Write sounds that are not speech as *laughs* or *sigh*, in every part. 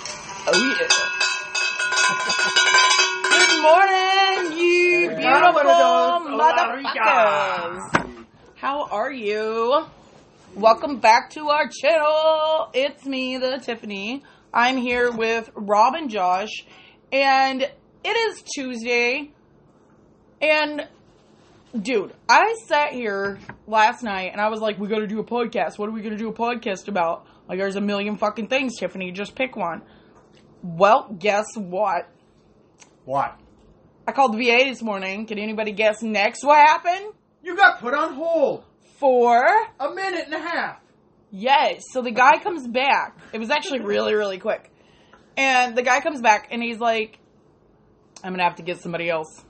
Oh yeah. Good morning, you Hey. beautiful Vámonos, hola, motherfuckers. How are you? Welcome back to our channel. It's me, the Tiffany. I'm here with Rob and Josh, and it is Tuesday. And dude, I sat here last night and I was like, we gotta do a podcast. What are we gonna do a podcast about? Like, there's a million fucking things, Tiffany. Just pick one. Well, guess what? What? I called the VA this morning. Can anybody guess next what happened? You got put on hold. For A minute and a half. yes, so the guy comes back. It was actually really really quick, and the guy comes back and he's like, "I'm gonna have to get somebody else."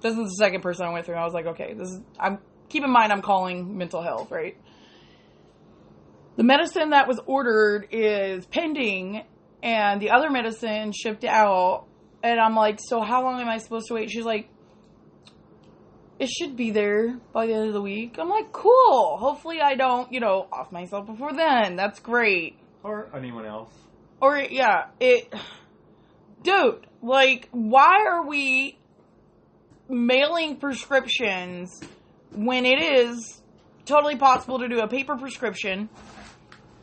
This is the second person I went through. I was like, "Okay, this is." I'm keep in mind I'm calling mental health, right? The medicine that was ordered is pending, and the other medicine shipped out. And I'm like, "So how long am I supposed to wait?" She's like, it should be there by the end of the week. I'm like, cool. Hopefully, I don't, you know, off myself before then. That's great. Or anyone else. Or, yeah, it. Dude, like, why are we mailing prescriptions when it is totally possible to do a paper prescription,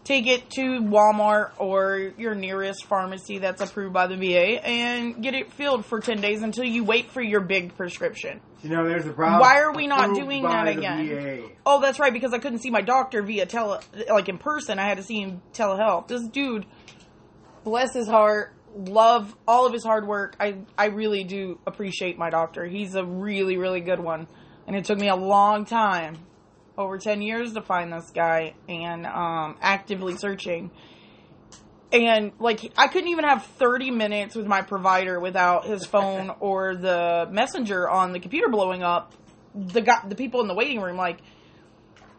take it to Walmart or your nearest pharmacy that's approved by the VA, and get it filled for 10 days until you wait for your big prescription? You know, there's a problem. Why are we not Approved doing by that the again? VA. Oh, that's right, because I couldn't see my doctor via tele, like in person. I had to see him telehealth. This dude, bless his heart, love all of his hard work. I, I really do appreciate my doctor. He's a really, really good one. And it took me a long time, over 10 years to find this guy and, um, actively searching. And like, I couldn't even have 30 minutes with my provider *laughs* without his phone or the messenger on the computer blowing up. The guy, the people in the waiting room, like,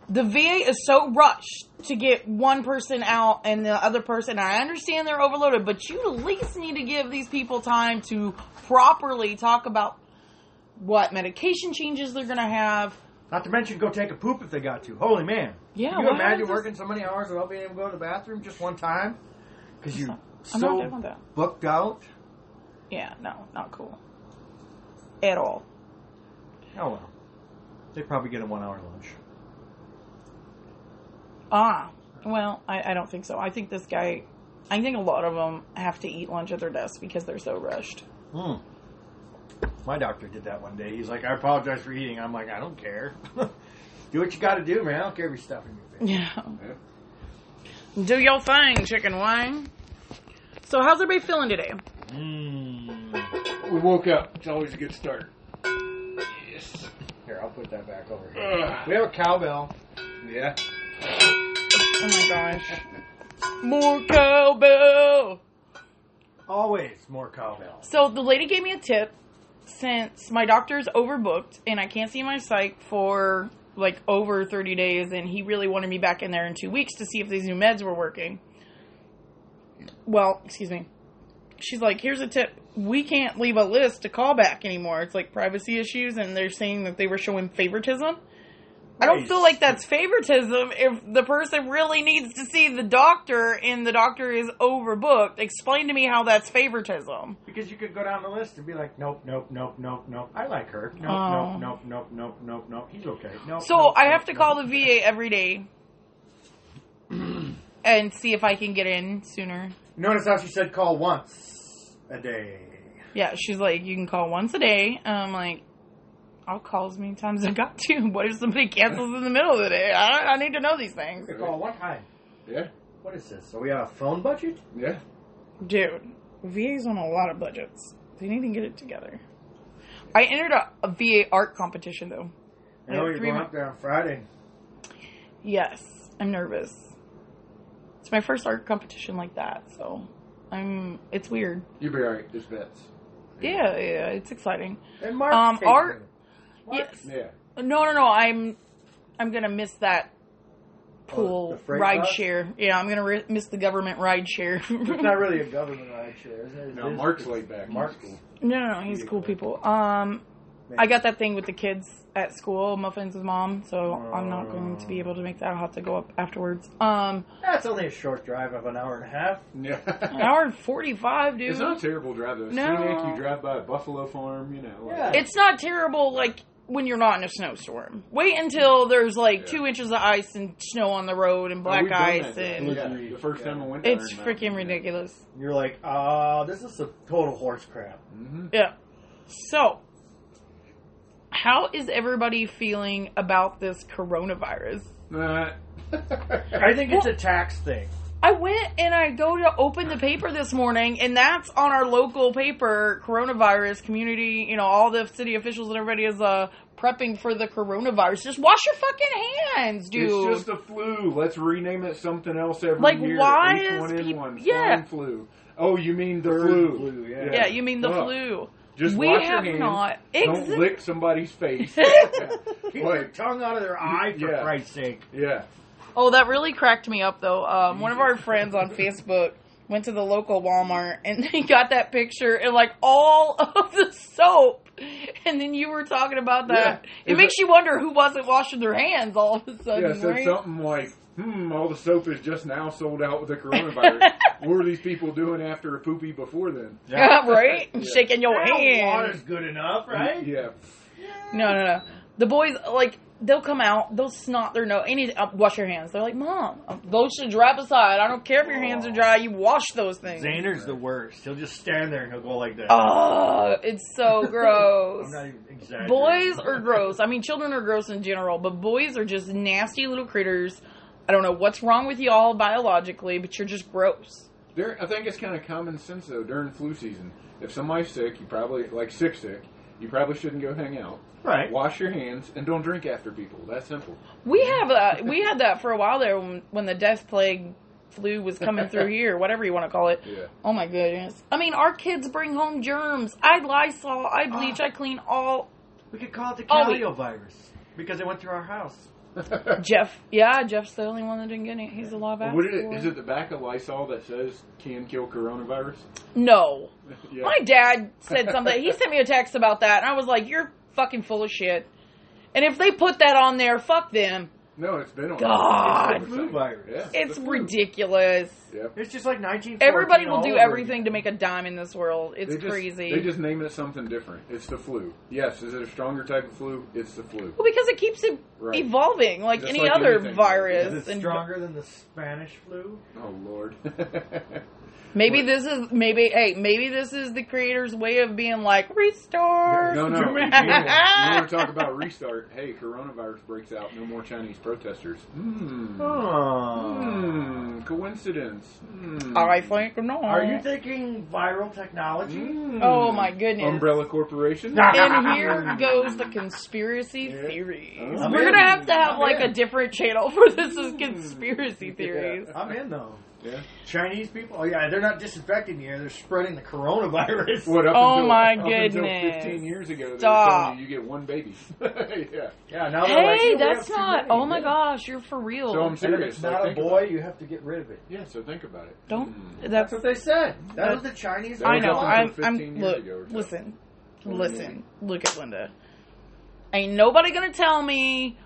the VA is so rushed to get one person out and the other person. I understand they're overloaded, but you at least need to give these people time to properly talk about what medication changes they're going to have. Not to mention, go take a poop if they got to. Holy man. Yeah, Can you why imagine is this- working so many hours without being able to go to the bathroom just one time? Because you're I'm not down with so that. booked out. Yeah, no, not cool at all. Oh well. They probably get a one hour lunch. Ah, well, I, I don't think so. I think this guy, I think a lot of them have to eat lunch at their desk because they're so rushed. Hmm. My doctor did that one day. He's like, I apologize for eating. I'm like, I don't care. *laughs* do what you got to do, man. I don't care if you're stuffing your face. Yeah. Do your thing, chicken wing. So, how's everybody feeling today? Mm. Hmm. We woke up. It's always a good start. Yes. Here, I'll put that back over here. Ugh. We have a cowbell. Yeah. Oh my gosh. More cowbell. Always more cowbells. So the lady gave me a tip since my doctor's overbooked and I can't see my psych for like over 30 days and he really wanted me back in there in 2 weeks to see if these new meds were working. Well, excuse me. She's like, "Here's a tip. We can't leave a list to call back anymore. It's like privacy issues and they're saying that they were showing favoritism." I don't Right. feel like that's favoritism if the person really needs to see the doctor and the doctor is overbooked. Explain to me how that's favoritism. Because you could go down the list and be like, nope, nope, nope, nope, nope. I like her. Nope, nope, Oh. nope, nope, nope, nope, nope. He's okay. Nope, So nope, I have to nope, call nope. the VA every day *clears throat* and see if I can get in sooner. Notice how she said call once a day. Yeah, she's like, you can call once a day. And I'm like, I'll call as many times as I got to. What if somebody cancels in the middle of the day? I, I need to know these things. We could call one time. Yeah. What is this? So we have a phone budget? Yeah. Dude, VA's on a lot of budgets. They need to get it together. I entered a, a VA art competition though. I know Yeah, you're three going mon- up there on Friday. Yes, I'm nervous. It's my first art competition like that, so I'm. It's weird. You'll be alright. Just bets. Yeah, yeah, it's exciting. And Mark. Um, art- Yes. Yeah. No, no, no. I'm I'm gonna miss that pool Oh, the freight ride bus? share. Yeah, I'm gonna re- miss the government ride share. *laughs* *laughs* It's not really a government ride share, isn't it? No, It is- *laughs* Mark's laid back. Mark's He's cool. No, no, no, he's cool people. Um, I got that thing with the kids at school, Muffin's his mom, so I'm not going to be able to make that. I'll have to go up afterwards. Um, That's only a short drive of an hour and a half. an Yeah. hour and 45, dude. It's not a terrible drive though. It's No. Scenic, you drive by a buffalo farm, you know. Like, Oh, Yeah. It's not terrible, like, when you're not in a snowstorm. Wait until there's, like, Yeah. two inches of ice and snow on the road and black we've done that, ice, though. and yeah, the first time I went. uh, it's freaking ridiculous. You're like, ah, this is a total horse crap. Mm-hmm. Yeah. So, how is everybody feeling about this coronavirus? Mm-hmm. *laughs* I think it's a tax *laughs* thing. I went and I go to open the paper this morning, and that's on our local paper, coronavirus community. You know, all the city officials and everybody is uh, prepping for the coronavirus. Just wash your fucking hands, dude. It's just a flu. Let's rename it something else every Like, year. why is H1N1, peop- yeah. swine flu. Oh, you mean the Bird flu. flu, yeah. yeah, you mean the Fuck. flu? Just we wash have your hands. not. Don't Exa- lick somebody's *laughs* face. Keep your Like, tongue out of their eye, for Yeah. Christ's sake. yeah. Oh, that really cracked me up though. Um, one of *laughs* our friends on Facebook went to the local Walmart and *laughs* they got that picture and like all *laughs* of the soap. And then you were talking about that. Yeah. It Is makes it- you wonder who wasn't washing their hands all of a sudden, Yeah, said right? something like, hmm, all the soap is just now sold out with the coronavirus. *laughs* what were these people doing after a poopy before then? *laughs* *laughs* Yeah, right? Yeah. Shaking your Well, hand. water's good enough, right? Yeah. No, no, no. The boys like they'll come out, they'll snot their nose. Any uh, wash your hands. They're like, "Mom, uh, those should dry beside. I don't care if your hands are dry. You wash those things." Xander's the worst. He'll just stand there and he'll go like that. Oh, it's *laughs* so gross. I'm not even exaggerating. boys are gross. I mean, children are gross in general, but boys are just nasty little critters. I don't know what's wrong with y'all biologically, but you're just gross. There, I think it's kind of common sense, though, during flu season. If somebody's sick, you probably, like sick sick, you probably shouldn't go hang out. Right. Wash your hands and don't drink after people. That's simple. We have that. We had that for a while there when, when the death plague flu was coming *laughs* through here, whatever you want to call it. Yeah. Oh my goodness! I mean, our kids bring home germs. I Lysol, *gasps* I bleach, I clean *laughs* all. We could call it the Oh, wait. Calio virus because it went through our house. Jeff, yeah, Jeff's the only one that didn't get it. He's a live What is it? Is it the back of Lysol that says can kill coronavirus? *laughs* No, yeah. My dad said something. He sent me a text about that, and I was like, "You're fucking full of shit." And if they put that on there, fuck them. No, it's been on. God. It's the Flu virus. Yeah. It's the flu. ridiculous. Yep. It's just like 19. Everybody will do everything to make a dime in this world. It's They just- crazy. They just name it something different. It's the flu. Yes, is it a stronger type of flu? It's the flu. well, because it keeps it Right. evolving, like Just any like other anything. virus. Is it and- stronger than the Spanish flu? Oh Lord. *laughs* Maybe What? this is maybe hey, maybe this is the creator's way of being like restart. no, no. you want to talk about restart? Hey, coronavirus breaks out. No more Chinese protesters. Hmm. Oh. Hmm. Coincidence. Hmm. I think no. Are you thinking viral technology? Hmm. Oh, my goodness. Umbrella Corporation. *laughs* And here goes the conspiracy Yeah. Oh. theories. I'm We're in. gonna have to have I'm like in. a different channel for this is *laughs* conspiracy theories. I'm in though. Yeah. Chinese people? Oh yeah, they're not disinfecting the air; they're spreading the *laughs* coronavirus. What up Oh until, my up Until goodness. 15 years ago, they were Stop. telling you you get one baby. *laughs* yeah. Yeah, now they're like, Hey, "Yeah, we have that's too not. many." Oh my Yeah. gosh, you're for real. So I'm And if serious. it's like, not a think boy, you have to get rid of it. about- Yeah, so think about it. Don't. Hmm. That's. That's what they said. That That- was the Chinese. That I was know. up until I'm. 15 I'm. years Look. ago or so. Listen. Listen. Look at Linda. Ain't nobody gonna tell me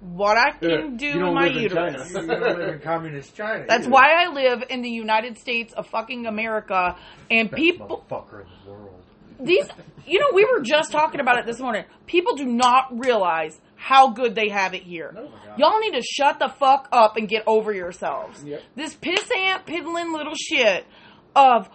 what I can Yeah, do you in don't my live in China. uterus. You don't live in communist China. That's either. why I live in the United States of fucking America, and Best people. motherfucker in the world. these you know we were just talking about it this morning people do not realize how good they have it here Oh my God. y'all need to shut the fuck up and get over yourselves Yep. this pissant piddling little shit of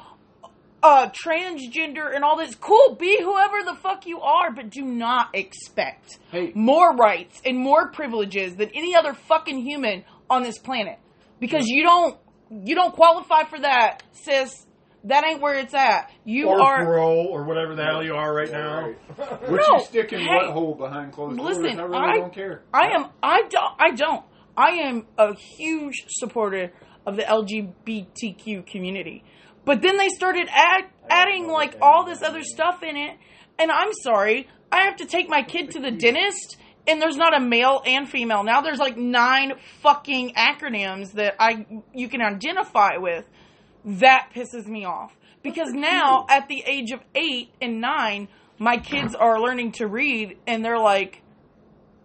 uh transgender and all this cool be whoever the fuck you are but do not expect Hey. more rights and more privileges than any other fucking human on this planet because you don't you don't qualify for that sis that ain't where it's at you or are bro, or whatever the hell you are right Yeah, now. right. What No, you stick in hey, what hole behind closed listen, doors? I really I- don't care. I am. I don't. I don't. I am a huge supporter of the LGBTQ community. But then they started add, adding like all this other stuff in it, and I'm sorry, I have to take my kid to the dentist, and there's not a male and female. Now there's like nine fucking acronyms that I you can identify with. That pisses me off because now at the age of eight and nine, my kids are learning to read and they're like,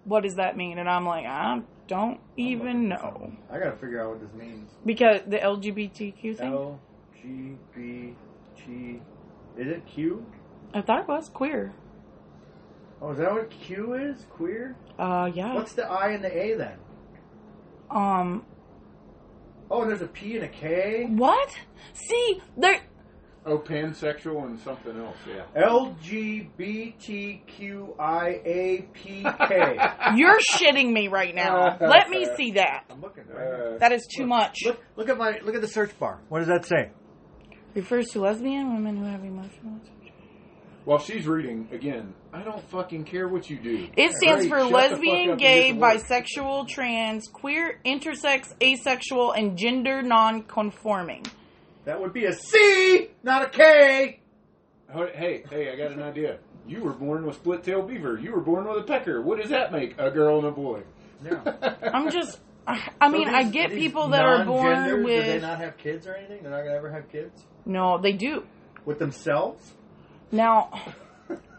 what does that mean? And I'm like, I don't even know. I gotta figure out what this means. Because the LGBTQ thing? L G B T. Is it Q? I thought it was queer. Oh, is that what Q is? Queer? Uh, yeah. What's the I and the A then? um, Oh, and there's a P and a K. what? See, there. Oh, pansexual and something else. Yeah. L G B T Q I A P *laughs* K. You're *laughs* shitting me right now. Let me see that. I'm looking. Right here. *laughs* Uh, That is too much. Look, look at my look at the search bar. What does that say? Refers to lesbian women who have emotional. while she's reading again, I don't fucking care what you do. It stands Great, for shut the fuck lesbian, up and get gay, to work. bisexual, trans, queer, intersex, asexual, and gender non-conforming. That would be a C, not a K. Ho- Hey, hey, I got an idea. You were born with split tail beaver. You were born with a pecker. What does that make? A girl and a boy. No. I'm just. I I mean, I get people that are born Do they with. not have kids or anything? They're not gonna ever have kids No, they do. with themselves. Now,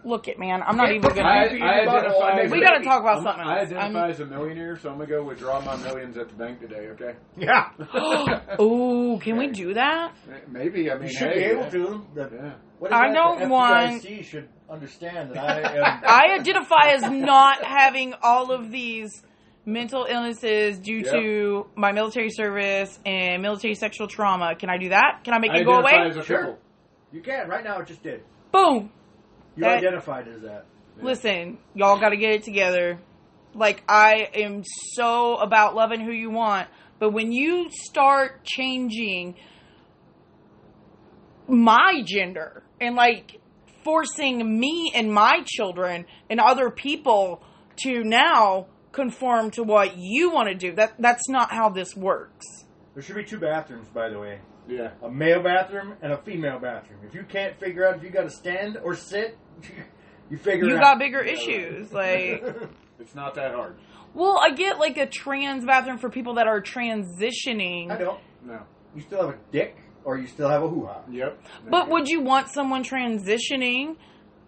look it, man. I'm not even gonna. I, Maybe I you bought one, identify. maybe As we a- gotta talk about I'm- something I else. identify I'm- as a millionaire, so I'm gonna go withdraw my millions at the bank today. Okay. Yeah, *laughs* *gasps* Oh, can we do that? Maybe I mean you should hey, be able yeah. to. The, Yeah. what I that? don't the want- FDIC should *laughs* understand that I am. I identify as not having all of these mental illnesses due to my military service and military sexual trauma. Can I do that? Can I make I it go identify away? as a Sure. cripple. you can right now. It just did. Boom. You That- identified as that. Listen, y'all got to get it together. Like I am so about loving who you want, but when you start changing my gender and like forcing me and my children and other people to now conform to what you want to do, that that's not how this works. There should be two bathrooms, by the way. Yeah. a male bathroom and a female bathroom. If you can't figure out if you got to stand or sit, *laughs* you figure You it got out. bigger issues, like It's not that hard. well, I get like a trans bathroom for people that are transitioning. I don't. No. You still have a dick, or you still have a hoo ha. Yep. But would you want someone transitioning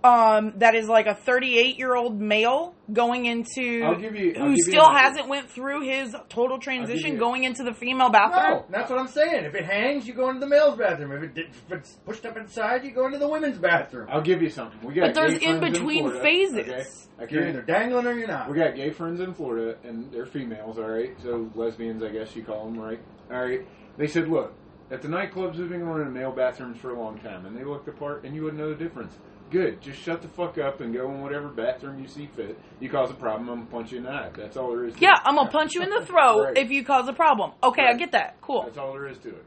um, that is like a 38 year old male going into I'll give you- I'll who give you still an- hasn't went through his total transition you- going into the No, female bathroom? that's what I'm saying. If it hangs, you go into the male's bathroom. If, it, di- if it's pushed up inside, you go into the women's bathroom. I'll give you something. We But got there's gay friends in-between Florida, phases. Okay? Okay. You're either dangling or you're not. We got gay friends in Florida, and they're females, all right? So lesbians, I guess you call them, right? All right. They said, look, at the nightclubs, we've been running male bathrooms for a long time, and they looked apart, and you wouldn't know the difference. Good. Just shut the fuck up and go in whatever bathroom you see fit. You cause a problem, I'm gonna punch you in the eye. That's all there is. To Yeah, it. I'm gonna punch you in *laughs* the throat Right. if you cause a problem. Okay, I Right. get that. Cool. That's all there is to it.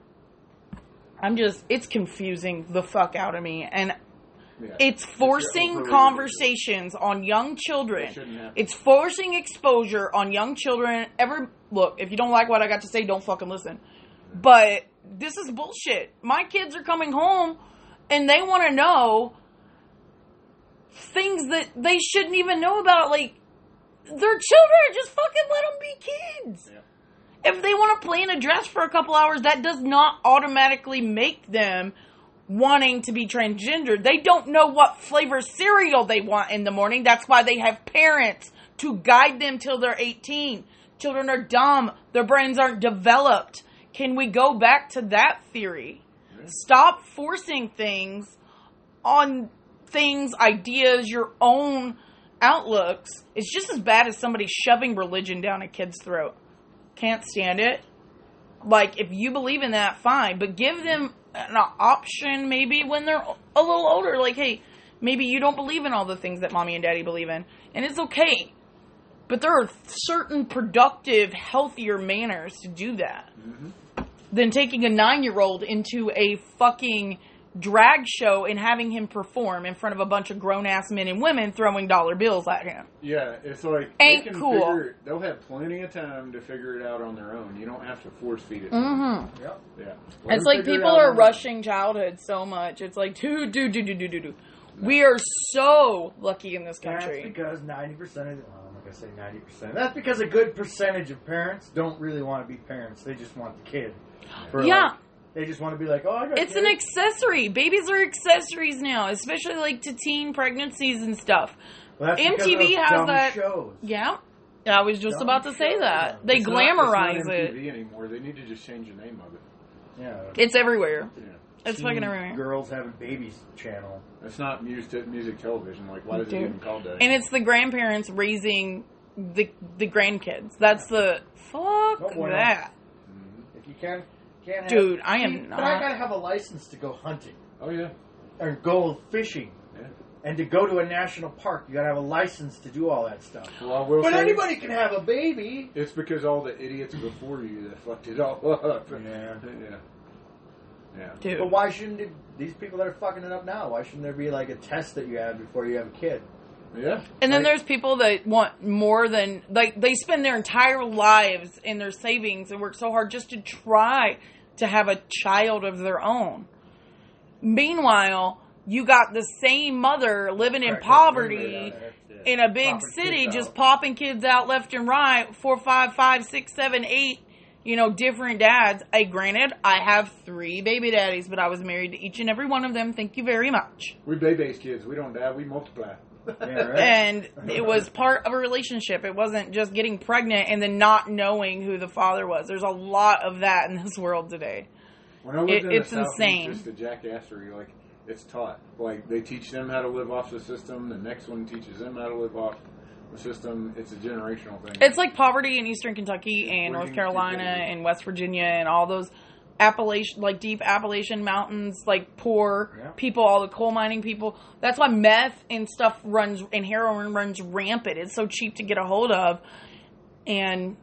I'm just, it's confusing the fuck out of me. And Yeah. It's overly forcing religious. conversations on young That shouldn't children. happen. It's forcing exposure on young children. Ever look, if you don't like what I got to say, don't fucking listen. But this is bullshit. My kids are coming home and they want to know things that they shouldn't even know about. Like, they're children. Just fucking let them be kids. Yeah. If they want to play in a dress for a couple hours, that does not automatically make them wanting to be transgendered. They don't know what flavor cereal they want in the morning. That's why they have parents to guide them till they're 18. Children are dumb, their brains aren't developed. Can we go back to that theory? Stop forcing things on things, ideas, your own outlooks. It's just as bad as somebody shoving religion down a kid's throat. Can't stand it. Like, if you believe in that, fine, but give them an option maybe when they're a little older. Like, hey, maybe you don't believe in all the things that mommy and daddy believe in, and it's okay. But there are certain productive, healthier manners to do that than taking a nine year old into a fucking drag show and having him perform in front of a bunch of grown ass men and women throwing dollar bills at him. Yeah, it's like Ain't they can cool. Figure, they'll have plenty of time to figure it out on their own. You don't have to force feed it. to them. Mm-hmm. Yep. Yeah, Let It's them like figure it people are out on their own. rushing childhood so much. It's like, dude, dude, dude, dude, dude, dude, dude. We are so lucky in this That's country. because ninety percent of the, well, I'm not gonna say ninety percent. That's because a good percentage of parents don't really want to be parents. They just want the kid. For yeah, like, They just want to be like, oh, I got. It's an kids. accessory. Babies are accessories now, especially like to teen pregnancies and stuff. Well, that's because MTV of has dumb that- Shows. Yeah. I was just Dumb about to say show. that. They It's not- glamorize it's not it. MTV anymore. They need to just change the name of it. Yeah. It's everywhere. Yeah. It's Teen fucking everywhere. Girls having babies channel. It's not music music television. Like, why does it Dude. even called that? And it's the grandparents raising the the grandkids. That's the fuck Don't worry. that. Mhm. If you can, can't. Have, Dude, I am But I not- gotta have a license to go hunting Oh yeah. or go fishing. Yeah. And to go to a national park, you gotta have a license to do all that stuff. Well, I will But say- anybody can have a baby. It's because all the idiots before you that fucked it all up. Yeah. Yeah. Yeah. Dude. But why shouldn't it, these people that are fucking it up now? Why shouldn't there be like a test that you have before you have a kid? Yeah. And then Like, there's people that want more than like they spend their entire lives and their savings and work so hard just to try to have a child of their own. Meanwhile, you got the same mother living in Correct, that's poverty really bad. That's it. in a big Popping city, kids just out. popping kids out left and right, four, five, five, six, seven, eight, you know, different dads. I granted I have three baby daddies, but I was married to each and every one of them. Thank you very much. we baby's kids. We don't die. We multiply. Yeah, right. and it was part of a relationship. It wasn't just getting pregnant and then not knowing who the father was. There's a lot of that in this world today. When I lived It- in it's the South, insane. It's just a jackassery. Like it's taught. Like they teach them how to live off the system. The next one teaches them how to live off the system. It's a generational thing. It's like poverty in Eastern Kentucky and Where North you- Carolina and West Virginia and all those Appalachian, like deep Appalachian mountains, like poor Yeah. people, all the coal mining people. That's why meth and stuff runs and heroin runs rampant. It's so cheap to get a hold of, and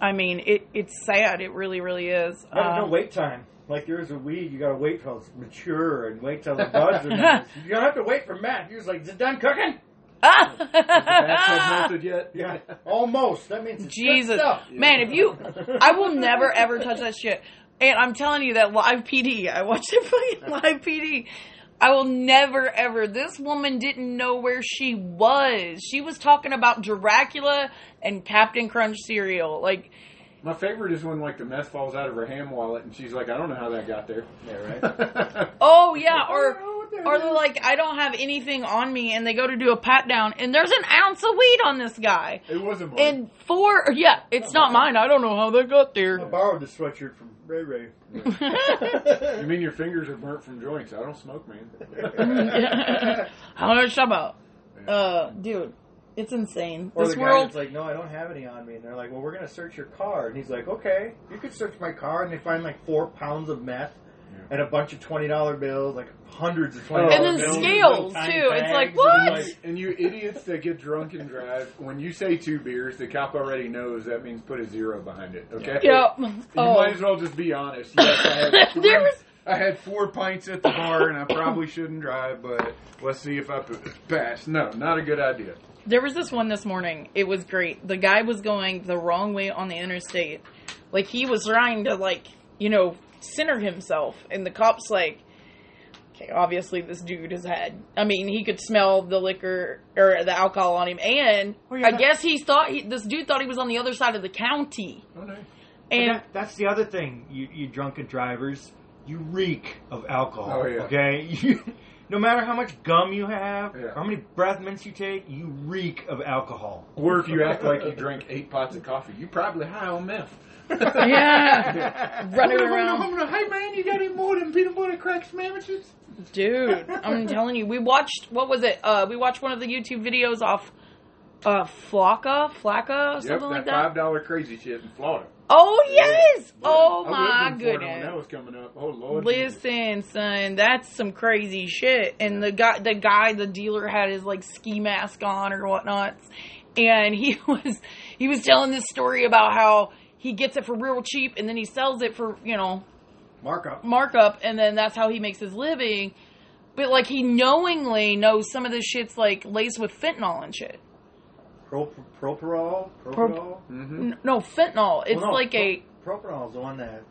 I mean, it it's sad. It really, really is. No, no Um, *laughs* wait time. Like there is a weed, you gotta wait till it's mature and wait till the buds are *laughs* nice. You don't have to wait for Matt. He was like, "Is it done cooking?" the batch not melted yet. *laughs* Yeah, almost. That means it's good Jesus, stuff. man, if you, I will never ever touch that shit. And I'm telling you that live PD, I watched it fucking live PD. I will never ever. This woman didn't know where she was. She was talking about Dracula and Captain Crunch cereal. Like, My favorite is when like the mess falls out of her ham wallet, and she's like, "I don't know how that got there." Yeah, right. oh yeah, or Oh, what the or hell? they're like, I don't have anything on me, and they go to do a pat down, and there's an ounce of weed on this guy. *laughs* It wasn't. mine. And four, yeah, it's not mine. I don't know how they got there. I borrowed the sweatshirt from Ray Ray. I mean, your fingers are burnt from joints. I don't smoke, *laughs* man. How much about? Uh, dude, it's insane. Or this the guy world. that's like, "No, I don't have any on me," and they're like, "Well, we're gonna search your car," and he's like, "Okay, you could search my car," and they find like four pounds of meth. And a bunch of twenty dollar bills, like hundreds of twenty dollar And then bills, scales, little tiny too. It's like, bags, what? and, Like, and you idiots that get drunk and drive, when you say two beers, the cop already knows that means put a zero behind it, okay? Yep. You Oh. might as well just be honest. Yes, I *laughs* had, three, There was- I had four pints at the bar and I probably shouldn't drive, but let's see if I p- pass. No, not a good idea. There was this one this morning. It was great. The guy was going the wrong way on the interstate. Like he was trying to like, you know, center himself and the cops like okay, obviously this dude has had I mean, he could smell the liquor or the alcohol on him and I guess he thought he, this dude thought he was on the other side of the county. Oh, no. And that, that's the other thing, you, you drunken drivers, you reek of alcohol. Oh, yeah. Okay, *laughs* you, no matter how much gum you have, Yeah. how many breath mints you take, you reek of alcohol. Or if you act like you drank eight pots of coffee, you probably high on meth. *laughs* yeah. Running around. Hey man, you got any more than peanut butter crack sandwiches? Dude, I'm telling you, we watched what was it? Uh, we watched one of the YouTube videos off uh Flocka, Flacka, something Yep, that, like that. five dollar crazy shit in Florida. Oh yes! Oh I lived my in Florida when that goodness! was coming up. Oh lord. Listen, son, that's some crazy shit. And the guy, the guy, the dealer had his like ski mask on or whatnot, and he *laughs* was he was telling this story about how he gets it for real cheap and then he sells it for you know Markup. markup, and then that's how he makes his living. But like he knowingly knows some of this shit's like laced with fentanyl and shit. Pro, proparol? Propanol? Mm-hmm. N- No, fentanyl. It's Well, no, like a pro- Propanol is the one that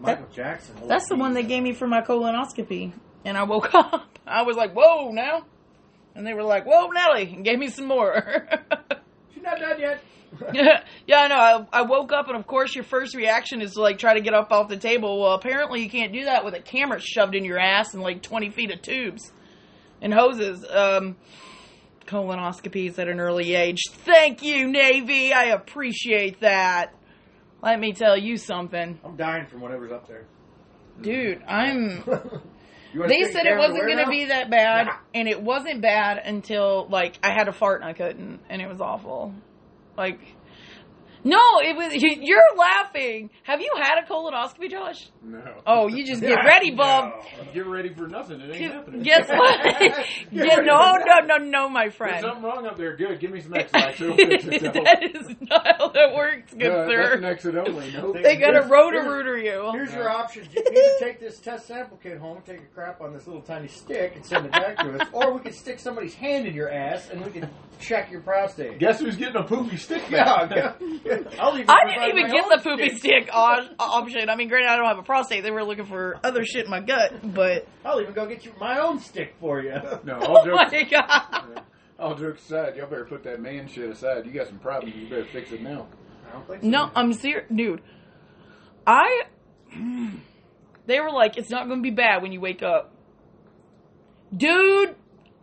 Michael Jackson. That's the one they gave me for my colonoscopy. And I woke *laughs* up. I was like, whoa, now. And they were like, whoa, Nelly. And gave me some more. *laughs* She's not done yet. yeah, I know. I, I woke up, and of course, your first reaction is to like try to get up off the table. Well, apparently, you can't do that with a camera shoved in your ass and like twenty feet of tubes and hoses. Um, colonoscopies at an early age. Thank you, Navy. I appreciate that. Let me tell you something, I'm dying from whatever's up there. dude. You I'm. wanna They take said it Karen wasn't where going to now? be that bad, Nah. and it wasn't bad until like I had a fart and I couldn't, and it was awful. Like, no, it was. you- You're laughing. Have you had a colonoscopy, Josh? No. Oh, you just get ready, bub. You're ready for nothing. It ain't happening. *laughs* Guess what? *laughs* yeah, no, no, no, no, my There's friend. something wrong up there. Good. Give me *laughs* some X-Lax. It'll fix itself. that is not how that works, good Uh, that's an sir. exit only. Nope. They got a Here's- rotor rooter you. Here's your options. You can either take this test sample kit home, take a crap on this little tiny stick, and send it back to us, or we could stick somebody's hand in your ass and we can check your prostate. Guess who's getting a *laughs* poopy stick Yeah, back? yeah. I'll even I provide didn't even my get own the poopy stick. stick o- option. I mean, granted, I don't have a prostate. They were looking for other shit in my gut, but I'll even go get you my own stick for you. *laughs* *laughs* No, oh *laughs* all jokes, my god. all jokes aside, y'all better put that man shit aside. You got some problems. You better fix it now. I don't think so. No, I'm serious, dude. I. They were like, it's not going to be bad when you wake up, dude.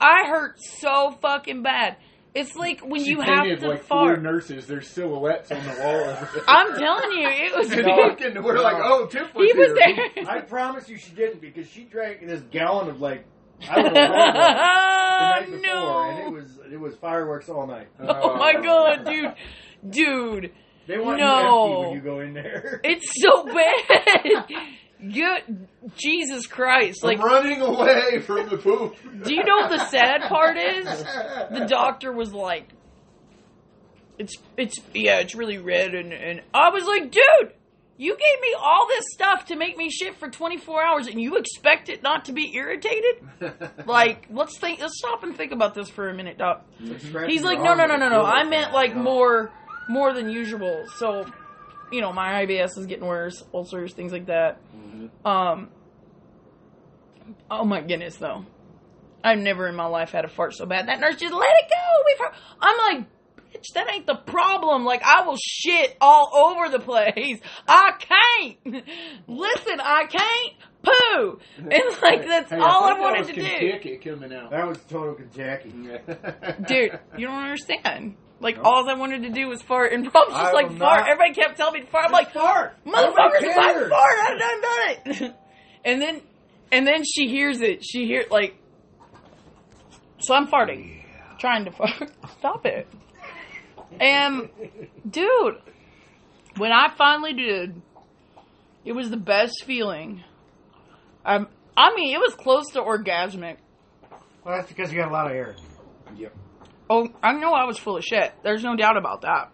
I hurt so fucking bad. It's like when She you have painted, to like fart. four nurses. There's silhouettes on the wall. Over *laughs* there. I'm telling you, it *laughs* was. *laughs* and big. fucking, we're like, oh, Tiff was he was here. there. *laughs* I promise you she didn't because she drank this gallon of like I don't know what it *laughs* was the oh night before, and it *laughs* no! was it was fireworks all night. Oh my Uh, god, dude, dude, They want you No. empty when you go in *laughs* there. it's so bad. *laughs* Good, Jesus Christ! Like, I'm running away from the poop. do you know what the sad part *laughs* is? the doctor was like, "It's it's yeah, it's really red," and and I was like, "Dude, you gave me all this stuff to make me shit for 24 hours, and you expect it not to be irritated? Like, let's think, let's stop and think about this for a minute, doc." He's like, "No, no, no, no, no. I meant like more more than usual." So, you know, my IBS is getting worse, ulcers, things like that. Um. Oh my goodness, though. I've never in my life had a fart so bad. That nurse just let it go. We've heard. I'm like, bitch, that ain't the problem. Like, I will shit all over the place. I can't. Listen, I can't poo. And *laughs* like, that's Hey, all I, thought that wanted was to do. Kentucky coming out. That was total Kentucky. Dude, you don't understand. Like, all I wanted to do was fart. And *laughs* Rob's just I like, will fart. not- Everybody kept telling me to fart. I'm like, fart, motherfuckers, if I cares? fart, I done done it. *laughs* and then, and then she hears it. She hear like, so I'm farting, trying to fart. *laughs* Stop it. And, dude, when I finally did, it was the best feeling. Um, I mean, it was close to orgasmic. Well, that's because you got a lot of air. *laughs* Yep. Oh, I know I was full of shit. There's no doubt about that.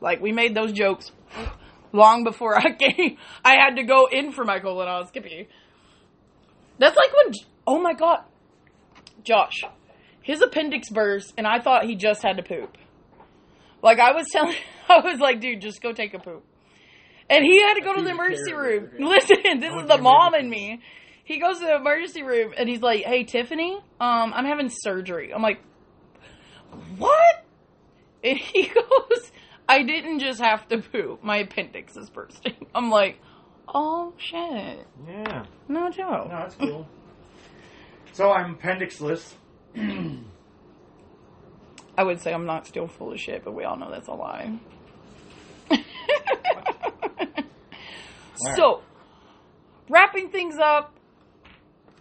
Like we made those jokes long before I *laughs* came. I had to go in for my colonoscopy. That's like when oh my god, Josh, his appendix burst, and I thought he just had to poop. Like I was telling, *laughs* I was like, dude, just go take a poop. And he had to go to the Dude, emergency care. room. *laughs* Listen, this is I would the be mom ready. in me. He goes to the emergency room and he's like, "Hey, Tiffany, um, I'm having surgery." I'm like, "What?" And he *laughs* goes, I didn't just have to poop. My appendix is bursting. *laughs* I'm like, oh shit. Yeah, No joke. no, that's cool. so I'm appendixless. I would say I'm not still full of shit, but we all know that's a lie. So, wrapping things up,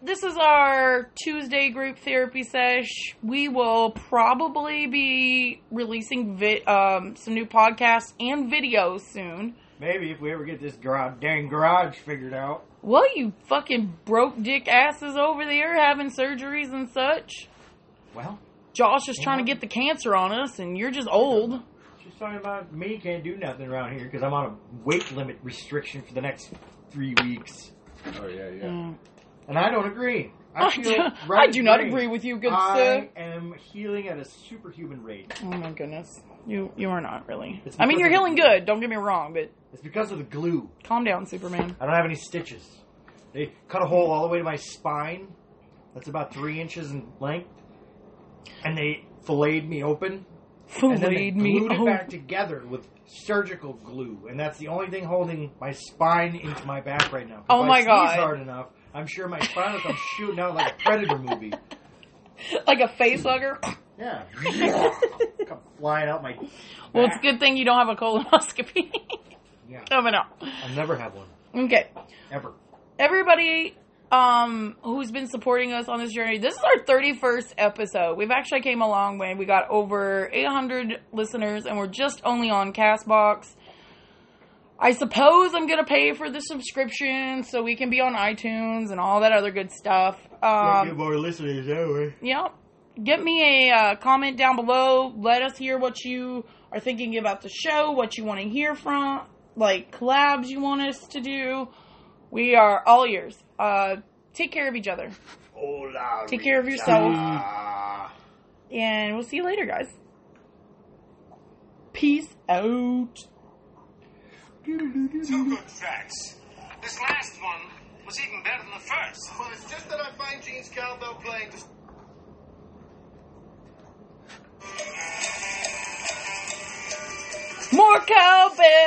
this is our Tuesday group therapy sesh. We will probably be releasing vi- um, some new podcasts and videos soon. Maybe if we ever get this garage, dang garage figured out. Well, you fucking broke dick asses over there having surgeries and such. Well, Josh is trying to get the cancer on us, and you're just old. she's talking about me can't do nothing around here because I'm on a weight limit restriction for the next three weeks, Oh yeah, yeah. and I don't agree. I, *laughs* *laughs* I feel do, right I do not brain. agree with you, good I sir. am healing at a superhuman rate. Oh my goodness, you you are not really. It's I mean, you're because healing good. Don't get me wrong, but It's because of the glue. calm down, Superman. I don't have any stitches. They cut a hole all the way to my spine. That's about three inches in length. And they filleted me open. *laughs* and then they lead me glued it home. back together with surgical glue, and that's the only thing holding my spine into my back right now. 'Cause Oh if I my sneeze God. Hard enough, I'm sure my spine will come shooting out like a predator *laughs* movie. *laughs* like a *laughs* face hugger. Yeah, come flying out my. Well, it's a good thing you don't have a colonoscopy. Yeah, oh, but *laughs* no. I'll never have one Okay. ever. Everybody um, who's been supporting us on this journey, this is our 31st episode. We've actually came a long way. We got over 800 listeners, and we're just only on CastBox. I suppose I'm going to pay for the subscription so we can be on iTunes and all that other good stuff. Um, more listeners anyway. Yep. Get me a uh, comment down below. Let us hear what you are thinking about the show, what you want to hear from, like collabs you want us to do. We are all ears. Uh, take care of each other, Hola, Take care of Rita. Uh, yourself. and we'll see you later, guys. Peace out. Two good tracks. This last one was even better than the first. Well, it's just that I find Gene's cowbell playing just More cowbell.